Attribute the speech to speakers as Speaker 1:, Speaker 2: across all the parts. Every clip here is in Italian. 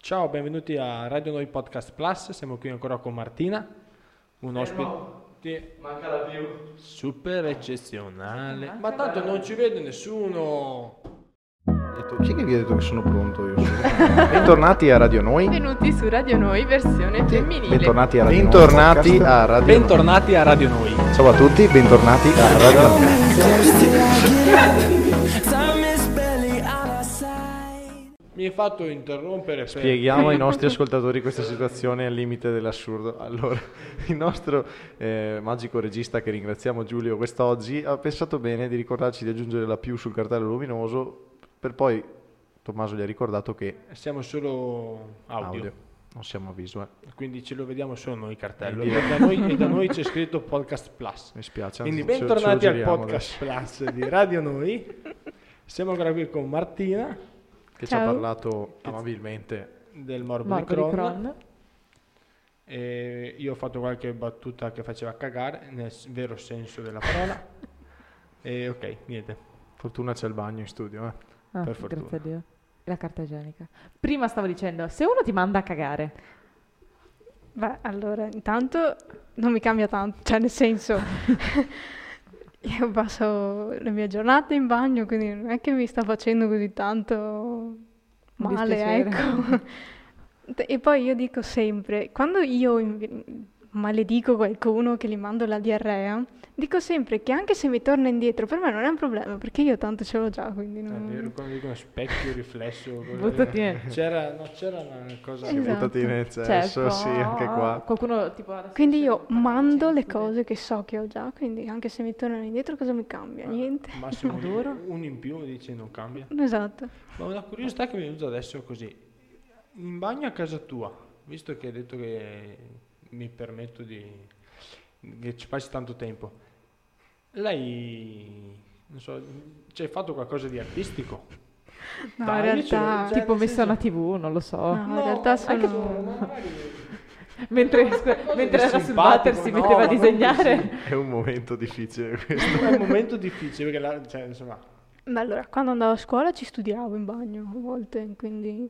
Speaker 1: Ciao, benvenuti a Radio Noi Podcast Plus, siamo qui ancora con Martina, un ospite
Speaker 2: Eh, Manca la più.
Speaker 1: super eccezionale.
Speaker 2: Manca
Speaker 1: Ma tanto
Speaker 2: la-
Speaker 1: non ci vede nessuno.
Speaker 3: detto, chi è che vi ha detto che sono pronto io? sono?" Bentornati a Radio Noi.
Speaker 4: Benvenuti su Radio Noi versione femminile.
Speaker 3: Bentornati a Radio
Speaker 5: Bentornati
Speaker 3: Noi. a Radio Noi.
Speaker 1: Bentornati a Radio Noi.
Speaker 3: Ciao a tutti, bentornati a Radio Noi.
Speaker 1: Mi hai fatto interrompere per...
Speaker 3: Spieghiamo ai nostri ascoltatori questa situazione al limite dell'assurdo. Allora, il nostro eh, magico regista che ringraziamo Giulio quest'oggi ha pensato bene di ricordarci di aggiungere la più sul cartello luminoso per poi Tommaso gli ha ricordato che
Speaker 1: Siamo solo audio,
Speaker 3: audio, non siamo visual.
Speaker 1: quindi ce lo vediamo solo noi il cartello.
Speaker 3: Quindi-
Speaker 1: E da noi, e da noi c'è scritto Podcast Plus.
Speaker 3: Mi spiace. anzi,
Speaker 1: Quindi
Speaker 3: ce- ce lo
Speaker 1: bentornati al
Speaker 3: giriamo
Speaker 1: Podcast Plus di Radio Noi. Siamo ancora qui con Martina
Speaker 3: adesso, che ci ha
Speaker 4: Ciao.
Speaker 3: parlato amabilmente.
Speaker 1: del Morbo,
Speaker 4: Marco
Speaker 1: di
Speaker 4: di
Speaker 1: Crohn.
Speaker 5: Ah,
Speaker 4: Cron.
Speaker 1: E io ho fatto qualche battuta che faceva cagare nel s- vero senso della parola. e ok, niente.
Speaker 3: Fortuna c'è il bagno in studio, eh.
Speaker 5: Ah,
Speaker 3: Per fortuna.
Speaker 5: Grazie a Dio. E La carta igienica. Prima stavo dicendo, se uno ti manda a cagare,
Speaker 6: Beh, allora, intanto non mi cambia tanto, cioè nel senso, io passo le mie giornate in bagno, quindi non è che mi sta facendo così tanto male,
Speaker 5: dispiacere.
Speaker 6: ecco. E poi io dico sempre, quando io inv- maledico qualcuno che gli mando la diarrea, dico sempre che anche se mi torna indietro, per me non è un problema, perché io tanto ce l'ho già, quindi
Speaker 1: È
Speaker 6: non...
Speaker 1: vero, quando dicono specchio, riflesso. cosa-
Speaker 5: buttati nel
Speaker 1: C'era, no, c'era una cosa.
Speaker 3: Che
Speaker 6: Esatto.
Speaker 3: buttati in eccesso,
Speaker 2: Cioè,
Speaker 5: cesso.
Speaker 3: sì,
Speaker 2: ecco.
Speaker 3: anche qua.
Speaker 5: Qualcuno tipo adesso
Speaker 6: Quindi
Speaker 5: dice,
Speaker 6: io
Speaker 5: "Guarda,
Speaker 6: mando
Speaker 5: c'è
Speaker 6: le
Speaker 5: il studente".
Speaker 6: cose che so che ho già, quindi anche se mi tornano indietro cosa mi cambia?
Speaker 1: Ah.
Speaker 6: Niente.
Speaker 1: Ma se un,
Speaker 5: Adoro.
Speaker 1: uno in più dice non cambia.
Speaker 6: Esatto.
Speaker 1: Ma una curiosità che mi è venuta adesso così. In bagno a casa tua, visto che hai detto che mi permetto di... che ci passi tanto tempo, lei... non so, ci hai fatto qualcosa di artistico?
Speaker 6: No,
Speaker 1: Dai,
Speaker 6: in
Speaker 1: io ce l'ho
Speaker 6: realtà...
Speaker 3: Cioè,
Speaker 1: già.
Speaker 5: Tipo
Speaker 1: nel
Speaker 5: messo
Speaker 1: senso-
Speaker 5: alla tv, non lo so.
Speaker 6: No, in realtà sono...
Speaker 1: anche tu, ma magari-
Speaker 3: Cioè,
Speaker 5: Mentre,
Speaker 1: cosa
Speaker 5: mentre
Speaker 1: di
Speaker 5: era sul
Speaker 1: simpatico,
Speaker 5: water si
Speaker 1: no,
Speaker 5: metteva
Speaker 1: ma
Speaker 5: a
Speaker 1: non
Speaker 5: disegnare.
Speaker 3: È un momento difficile questo.
Speaker 1: è un momento difficile perché la- cioè, insomma,
Speaker 6: Ma allora, quando andavo a scuola ci studiavo in bagno a volte, quindi...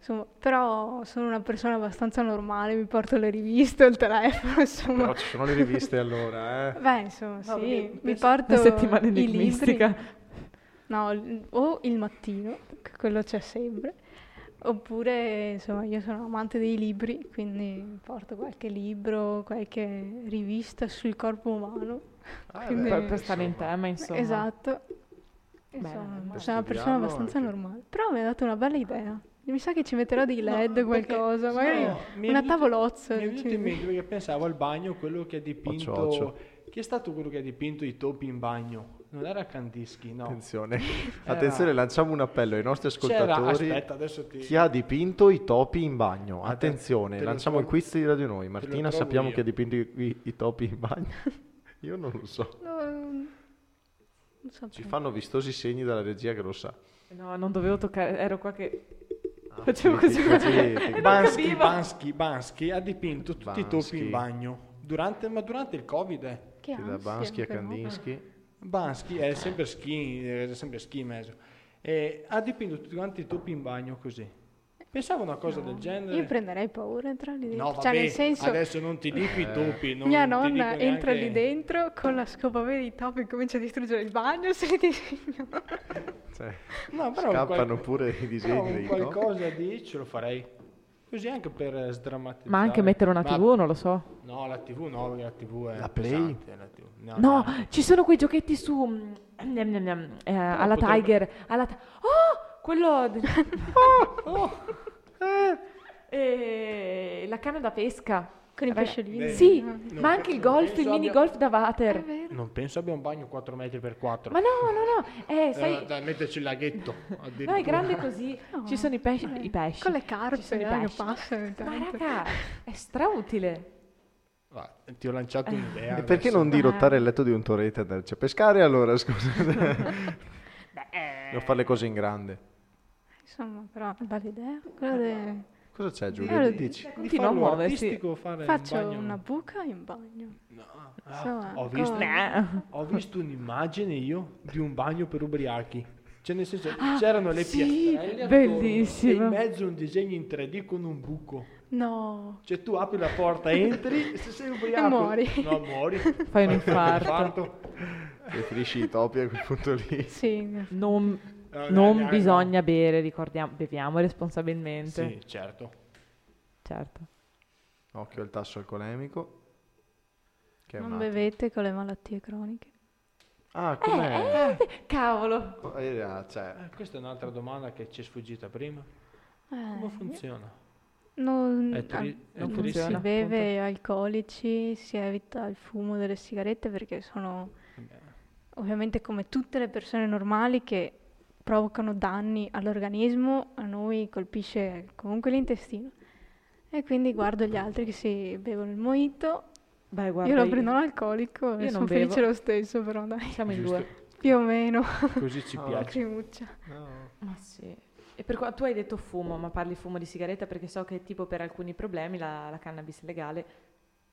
Speaker 6: Insomma, però sono una persona abbastanza normale, mi porto le riviste, il telefono, insomma...
Speaker 3: Però ci sono le riviste allora, eh.
Speaker 6: Beh, insomma, sì,
Speaker 5: perché
Speaker 6: mi
Speaker 5: penso-
Speaker 6: porto
Speaker 5: Una settimana
Speaker 6: i libri.
Speaker 5: enigmistica.
Speaker 6: No, l- o il mattino, che quello c'è sempre, oppure insomma io sono amante dei libri, quindi porto qualche libro, qualche rivista sul corpo umano.
Speaker 3: Ah,
Speaker 6: Quindi-
Speaker 3: beh,
Speaker 5: Per, per stare in
Speaker 3: insomma.
Speaker 5: tema, insomma.
Speaker 6: Esatto.
Speaker 5: Bene,
Speaker 6: Insomma,
Speaker 5: per
Speaker 6: sono una persona
Speaker 3: studiarlo
Speaker 6: abbastanza
Speaker 3: anche.
Speaker 6: normale. Però mi ha dato una bella idea. Mi sa che ci metterò dei LED
Speaker 1: No, perché-
Speaker 6: qualcosa,
Speaker 1: no,
Speaker 6: magari
Speaker 1: mi è
Speaker 6: una
Speaker 1: venuto-
Speaker 6: tavolozza.
Speaker 1: Mi
Speaker 6: cioè,
Speaker 1: è venuto
Speaker 6: ci-
Speaker 1: in mente perché pensavo al bagno, quello che ha dipinto...
Speaker 3: Occio, occio.
Speaker 1: Chi è stato quello che ha dipinto i topi in bagno? Non era Kandinsky, no.
Speaker 3: Attenzione. Attenzione, lanciamo un appello ai nostri
Speaker 1: C'era,
Speaker 3: ascoltatori.
Speaker 1: aspetta, adesso ti... Eh,
Speaker 3: Chi ha dipinto i topi in bagno?
Speaker 1: Ah, te-
Speaker 3: Attenzione,
Speaker 1: te lo
Speaker 3: lanciamo
Speaker 1: trovo-
Speaker 3: il quiz di Radio Noi.
Speaker 1: lo
Speaker 3: Martina,
Speaker 1: trovo
Speaker 3: sappiamo
Speaker 1: io.
Speaker 3: chi ha dipinto i, i- i topi in bagno? Io non lo so.
Speaker 6: No, non so
Speaker 3: Ci fanno vistosi segni dalla regia che lo sa.
Speaker 5: No, non dovevo toccare, ero qua che... Facevo così,
Speaker 3: Ah, così.
Speaker 1: Bansky,
Speaker 5: capivo.
Speaker 1: Bansky, Bansky ha dipinto tutti i topi
Speaker 3: Bansky.
Speaker 1: in bagno durante, ma durante il covid eh.
Speaker 6: Che
Speaker 3: Da
Speaker 6: ansia,
Speaker 3: Bansky a
Speaker 6: però.
Speaker 3: Kandinsky.
Speaker 1: Bansky è sempre schi è sempre schi in mezzo e ha dipinto tutti quanti i topi in bagno così pensavo una cosa del genere
Speaker 6: Io prenderei paura a entrare lì dentro.
Speaker 1: diciamo. no
Speaker 6: cioè,
Speaker 1: vabbè
Speaker 6: nel senso,
Speaker 1: adesso non ti dico i topi non
Speaker 6: mia
Speaker 1: ti
Speaker 6: nonna
Speaker 1: dico
Speaker 6: entra
Speaker 1: neanche-
Speaker 6: lì dentro con la scopa vera di topi e comincia a distruggere il bagno. Se disegna.
Speaker 3: Cioè,
Speaker 1: no, però
Speaker 3: scappano
Speaker 1: qual-
Speaker 3: pure i
Speaker 1: però
Speaker 3: disegni
Speaker 1: un
Speaker 3: dei topi.
Speaker 1: qualcosa di ce lo farei così anche per eh, sdrammatizzare
Speaker 5: Ma anche mettere una
Speaker 1: Ma-
Speaker 5: tv, non lo so.
Speaker 1: no la tv no perché la tv è
Speaker 3: La Play?
Speaker 1: pesante, la TV. no,
Speaker 5: No,
Speaker 1: no.
Speaker 5: ci sono quei giochetti su... mm, gnam, gnam, gnam, eh, alla
Speaker 1: potrebbe-
Speaker 5: Tiger, alla... Ti- Oh, quello... Oh, oh, eh, eh, la canna da pesca.
Speaker 6: Con i
Speaker 5: Vabbè,
Speaker 6: pesciolini.
Speaker 5: Sì,
Speaker 1: Non
Speaker 5: ma anche il golf, il
Speaker 1: penso
Speaker 5: mini
Speaker 1: abbia-
Speaker 5: golf da water.
Speaker 6: È vero.
Speaker 1: non penso abbia un bagno 4 metri per 4
Speaker 5: Ma no, no, no, eh,
Speaker 1: da,
Speaker 5: sai,
Speaker 1: da metterci il laghetto addirittura.
Speaker 5: no, è grande così.
Speaker 6: No.
Speaker 5: Ci sono i pesci.
Speaker 6: Eh,
Speaker 5: I pesci.
Speaker 6: Con le
Speaker 5: Ci sono i
Speaker 6: carpe eh, che
Speaker 5: pesci.
Speaker 6: passano.
Speaker 5: Ma
Speaker 6: intanto.
Speaker 5: raga, è strautile.
Speaker 1: Va, ti ho lanciato un'idea
Speaker 3: E perché
Speaker 1: adesso.
Speaker 3: non dirottare il letto di un torrente e andarci a pescare allora, scusa?
Speaker 1: eh.
Speaker 3: Devo fare le cose in grande.
Speaker 6: Insomma, però, bella idea. Quello de-
Speaker 3: Cosa c'è Giulio?
Speaker 2: Eh,
Speaker 6: Allora,
Speaker 3: Che dici?
Speaker 1: di
Speaker 5: Continua a
Speaker 1: farlo
Speaker 5: muoversi.
Speaker 1: artistico fare
Speaker 6: Faccio
Speaker 1: un bagno.
Speaker 6: una buca in bagno.
Speaker 1: No,
Speaker 6: Insomma,
Speaker 1: ho, visto,
Speaker 6: come-
Speaker 5: Nah.
Speaker 1: ho visto un'immagine io di un bagno per ubriachi Cioè, nel senso, c'erano le
Speaker 2: sì,
Speaker 1: piastrelle attorno e
Speaker 2: bellissimo.
Speaker 1: in mezzo un disegno in 3D con un buco.
Speaker 6: No.
Speaker 1: Cioè, tu apri la porta, entri, se sei ubriaco...
Speaker 6: muori.
Speaker 1: No, muori.
Speaker 2: Fai un infarto.
Speaker 3: Preferisci i topi a quel punto lì.
Speaker 6: Sì.
Speaker 2: Non,
Speaker 1: No, dai,
Speaker 2: non
Speaker 1: dai, Eh, no.
Speaker 2: bisogna bere, ricordiamo, beviamo responsabilmente.
Speaker 1: Sì, certo.
Speaker 2: Certo.
Speaker 3: Occhio al tasso alcolemico. Che è un
Speaker 6: Non
Speaker 3: attimo.
Speaker 6: bevete con le malattie croniche.
Speaker 3: Ah,
Speaker 2: Eh,
Speaker 3: com'è?
Speaker 5: Cavolo.
Speaker 3: Eh, ah, cioè,
Speaker 1: Eh, questa è un'altra domanda che ci è sfuggita prima. Come
Speaker 6: Eh,
Speaker 1: funziona?
Speaker 6: non,
Speaker 1: È tri-
Speaker 6: ah,
Speaker 1: è
Speaker 6: non
Speaker 1: triste.
Speaker 6: si beve alcolici, si evita il fumo delle sigarette perché sono ovviamente come tutte le persone normali che provocano danni all'organismo, a noi colpisce comunque l'intestino. E quindi guardo gli altri che si bevono il mojito,
Speaker 2: Beh, guarda,
Speaker 6: io lo prendo alcolico e
Speaker 2: io
Speaker 6: sono
Speaker 2: non
Speaker 6: felice
Speaker 2: bevo.
Speaker 6: lo stesso, però dai,
Speaker 2: Siamo in
Speaker 1: Giusto.
Speaker 2: due.
Speaker 6: più o meno,
Speaker 1: Così ci
Speaker 3: Ah.
Speaker 1: piace.
Speaker 6: lacrimuccia.
Speaker 3: no.
Speaker 2: Ma sì. E per qua- tu hai detto fumo, ma parli fumo di sigaretta perché so che tipo per alcuni problemi la, la cannabis legale...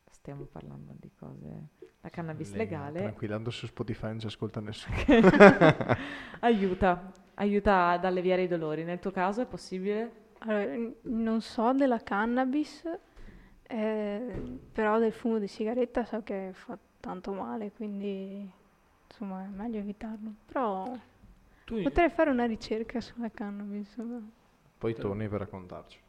Speaker 2: Stiamo parlando di cose... La cannabis
Speaker 3: Lei,
Speaker 2: legale
Speaker 3: Tranquillando su Spotify non ci ascolta nessuno.
Speaker 2: aiuta, aiuta ad alleviare i dolori. Nel tuo caso è possibile?
Speaker 6: Allora, n- non so della cannabis, eh, però del fumo di sigaretta so che fa tanto male, quindi insomma è meglio evitarlo. Però
Speaker 1: Tu,
Speaker 6: potrei fare una ricerca sulla cannabis. insomma.
Speaker 3: Poi torni per raccontarci.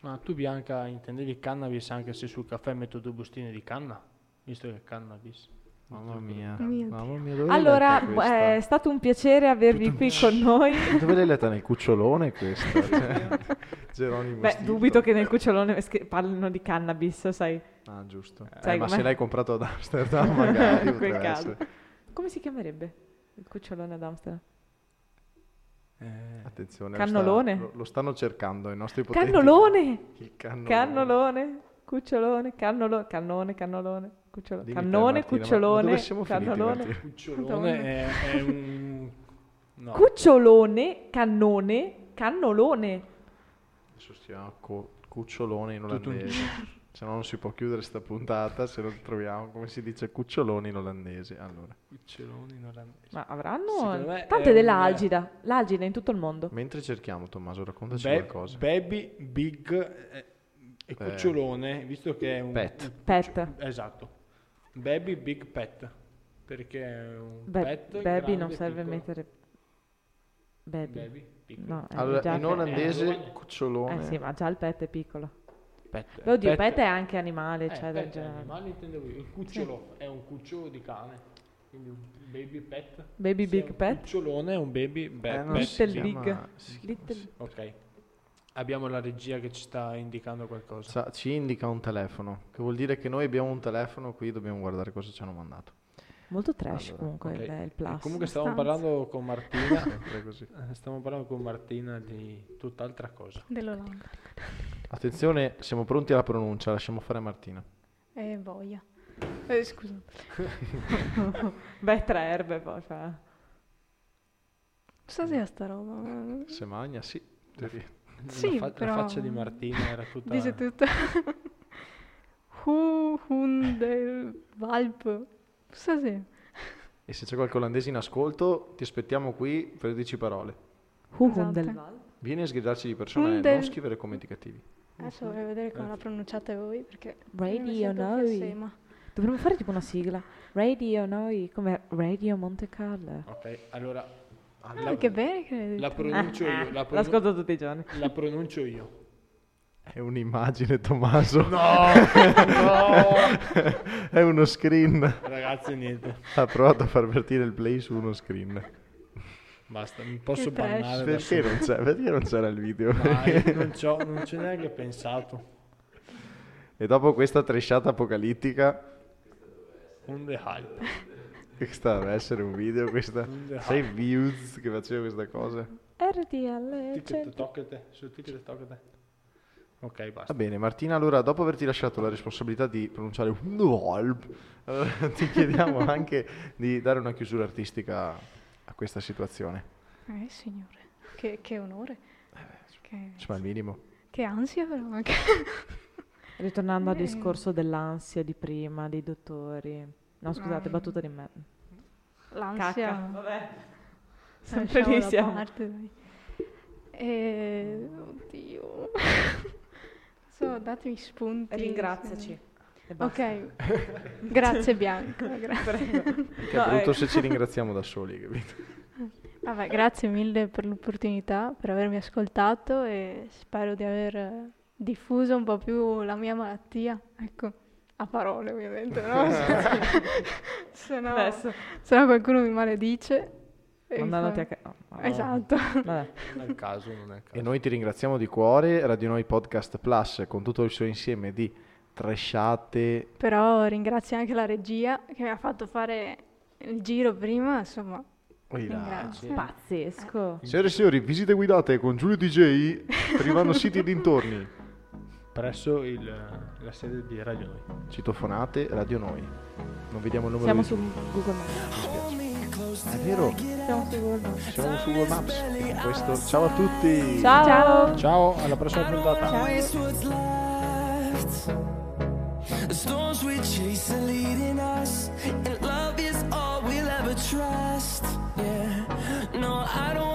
Speaker 1: ma tu Bianca intendevi cannabis anche se sul caffè metto due bustine di canna? Visto che è cannabis.
Speaker 3: Mamma mia.
Speaker 6: Mio
Speaker 3: Mamma mia, dove l'hai
Speaker 2: Allora,
Speaker 3: letta
Speaker 2: bu-
Speaker 3: questa?
Speaker 2: è stato un piacere avervi
Speaker 3: Tutto-
Speaker 2: qui con noi.
Speaker 3: Dove
Speaker 2: eh.
Speaker 3: l'hai letta? Nel cucciolone questa? Cioè, Geronimo
Speaker 2: Beh,
Speaker 3: Stilton.
Speaker 2: dubito che nel cucciolone sch- parlino di cannabis, sai.
Speaker 3: Ah, giusto. Eh,
Speaker 2: Sai
Speaker 3: ma
Speaker 2: com'è?
Speaker 3: se l'hai comprato ad Amsterdam magari
Speaker 2: In quel
Speaker 3: potrebbe
Speaker 2: caso.
Speaker 3: essere.
Speaker 2: Come si chiamerebbe il cucciolone ad Amsterdam?
Speaker 3: Eh.
Speaker 1: Eh.
Speaker 3: Attenzione.
Speaker 2: Eh. Cannolone?
Speaker 3: Lo, sta- lo- lo stanno cercando i nostri potenti.
Speaker 2: Cannolone!
Speaker 3: Il cannolone.
Speaker 2: Cannolone! Cucciolone, cannolone, cannone, cannolone, cucciolone,
Speaker 3: Dimmi te,
Speaker 2: cannone,
Speaker 3: Martina, ma- ma
Speaker 2: cucciolone,
Speaker 3: dove siamo finiti,
Speaker 2: cannolone,
Speaker 3: Martina?
Speaker 1: Cucciolone è, è un... No.
Speaker 2: cucciolone, cannone, cannolone.
Speaker 3: Adesso stiamo co- cucciolone in
Speaker 1: Tutto un-
Speaker 3: olandese. se no non si può chiudere sta puntata se non troviamo come si dice cucciolone in olandese. Allora,
Speaker 1: Cucciolone in olandese.
Speaker 2: Ma
Speaker 1: Secondo
Speaker 2: avranno
Speaker 1: me
Speaker 2: tante
Speaker 1: è
Speaker 2: dell'algida, l'algida in tutto il mondo.
Speaker 3: mentre cerchiamo Tommaso raccontaci
Speaker 1: Be-
Speaker 3: qualcosa.
Speaker 1: baby, big eh, e cucciolone, visto che è un...
Speaker 3: Pet.
Speaker 1: un-
Speaker 2: Pet.
Speaker 1: Esatto. Baby, big pet. Perché è un
Speaker 2: Beh,
Speaker 1: pet
Speaker 2: baby
Speaker 1: grande,
Speaker 2: non serve
Speaker 1: piccolo.
Speaker 2: mettere baby.
Speaker 1: Baby, piccolo.
Speaker 2: No, è
Speaker 3: allora,
Speaker 2: già
Speaker 3: in
Speaker 2: che-
Speaker 3: olandese
Speaker 2: Eh
Speaker 3: cucciolone.
Speaker 2: sì, ma già il pet è piccolo.
Speaker 1: Pet.
Speaker 2: Beh, oddio, pet, è anche animale,
Speaker 1: Eh,
Speaker 2: cioè del
Speaker 1: pet è
Speaker 2: genere.
Speaker 1: animale, intendevo io. Il cucciolo è un cucciolo di cane. Quindi un baby pet.
Speaker 2: Baby
Speaker 1: Se è
Speaker 2: big
Speaker 1: un
Speaker 2: pet.
Speaker 1: cucciolone è un baby be-
Speaker 3: Eh,
Speaker 1: pet.
Speaker 3: non si
Speaker 2: Little
Speaker 1: sì.
Speaker 2: Big.
Speaker 3: chiama- si chiama-
Speaker 2: Little-
Speaker 3: sì.
Speaker 1: Ok. Abbiamo la regia che ci sta indicando qualcosa.
Speaker 3: Sa- ci indica un telefono, che vuol dire che noi abbiamo un telefono qui, dobbiamo guardare cosa ci hanno mandato.
Speaker 2: Molto trash
Speaker 3: Allora,
Speaker 2: comunque
Speaker 1: ok.
Speaker 2: il, il plus.
Speaker 1: Comunque stavamo
Speaker 6: abbastanza.
Speaker 1: parlando con Martina.
Speaker 3: Sempre così.
Speaker 1: eh, stavamo parlando con Martina di tutt'altra cosa.
Speaker 6: Dell'Olanda.
Speaker 3: Attenzione, siamo pronti alla pronuncia, lasciamo fare Martina.
Speaker 6: E boia. Eh, scusa.
Speaker 2: Beh, tre erbe poi cioè. fa.
Speaker 6: Cosa sia sta roba? eh,
Speaker 3: Se magna, sì.
Speaker 6: Sì,
Speaker 1: la, fa- la
Speaker 6: però-
Speaker 1: faccia di Martina era tutta...
Speaker 6: Dice tutto. Hu hun del Valp. Cosa sia?
Speaker 3: E se c'è qualche olandese in ascolto, ti aspettiamo qui per 10 parole.
Speaker 2: Huhun
Speaker 6: Esatto.
Speaker 2: del Val.
Speaker 3: Vieni a sgridarci di persona e non
Speaker 6: Hundel.
Speaker 3: scrivere commentativi.
Speaker 6: Adesso vorrei vedere come la pronunciate voi perché... mi
Speaker 2: Radio
Speaker 6: sento più a
Speaker 2: Noi.
Speaker 6: sema.
Speaker 2: Dovremmo fare tipo una sigla. Radio Noi, come Radio Monte Carlo.
Speaker 1: Ok, allora...
Speaker 6: Ah, che Eh, bene che l'hai
Speaker 1: La
Speaker 6: detto.
Speaker 1: pronuncio io. La, pronun-
Speaker 2: L'ascolto tutti i giorni.
Speaker 1: la pronuncio io.
Speaker 3: È un'immagine, Tommaso.
Speaker 1: No! no!
Speaker 3: È uno screen.
Speaker 1: Ragazzi, niente.
Speaker 3: Ha provato a far partire il play su uno screen.
Speaker 1: Basta, mi posso
Speaker 6: Che trash.
Speaker 1: bannare da
Speaker 3: Perché non, c'è- perché non c'era il video?
Speaker 1: Dai, non, c'ho, non ci ho neanche pensato.
Speaker 3: E dopo questa tresciata apocalittica,
Speaker 1: On the hype.
Speaker 3: questa deve essere un video, questa...
Speaker 1: Hundel.
Speaker 3: Sei views che faceva questa cosa?
Speaker 2: RTL. cento-
Speaker 1: Ticket toccate, su ticket toccate. Ok, basta.
Speaker 3: Va bene, Martina, allora dopo averti lasciato la responsabilità di pronunciare un volp, allora, ti chiediamo anche di dare una chiusura artistica a questa situazione.
Speaker 6: Eh, signore, che, che onore. Che,
Speaker 3: Insomma, il minimo.
Speaker 6: che ansia però anche.
Speaker 2: Ritornando al
Speaker 6: Eh.
Speaker 2: discorso dell'ansia di prima, dei dottori. No, scusate,
Speaker 6: Mm.
Speaker 2: battuta di me.
Speaker 6: L'ansia.
Speaker 2: Vabbè.
Speaker 6: Sempre lì siamo.
Speaker 2: siamo.
Speaker 6: Parte, dai. Eh, oddio. so, datemi spunti.
Speaker 2: Ringraziaci. E basta.
Speaker 6: Ok. Grazie Bianca. gra-
Speaker 3: Che
Speaker 2: No,
Speaker 3: è brutto
Speaker 2: eh.
Speaker 3: se ci ringraziamo da soli, capito?
Speaker 6: Vabbè, grazie mille per l'opportunità, per avermi ascoltato e spero di aver eh, diffuso un po' più la mia malattia. Ecco, a parole ovviamente, no? se, no
Speaker 2: Adesso
Speaker 6: se no qualcuno mi maledice. e mi
Speaker 2: mandandote
Speaker 6: fa-
Speaker 2: a oh, casa.
Speaker 6: Esatto.
Speaker 2: Vabbè.
Speaker 1: Non è il caso, non è il caso.
Speaker 3: E noi ti ringraziamo di cuore, Radio Noi Podcast Plus, con tutto il suo insieme di tresciate
Speaker 6: Però ringrazio anche la regia che mi ha fatto fare il giro prima, insomma.
Speaker 3: Oi là.
Speaker 6: Ringrazio.
Speaker 2: Pazzesco.
Speaker 3: Signore e signori, visite guidate con Giulio DJ, Trivano City e dintorni.
Speaker 1: Presso il, la sede di Radio Noi.
Speaker 3: Citofonate, Radio Noi. Non vediamo il numero
Speaker 2: Siamo
Speaker 3: di...
Speaker 2: su Google Maps.
Speaker 3: È vero,
Speaker 2: Siamo su Google Maps.
Speaker 3: siamo su Google Maps. E con questo, ciao a tutti!
Speaker 2: Ciao.
Speaker 1: Ciao, alla prossima puntata.
Speaker 7: waste what's left. The storms we chase are leading us, and love is all we'll ever trust. Yeah, no, I don't.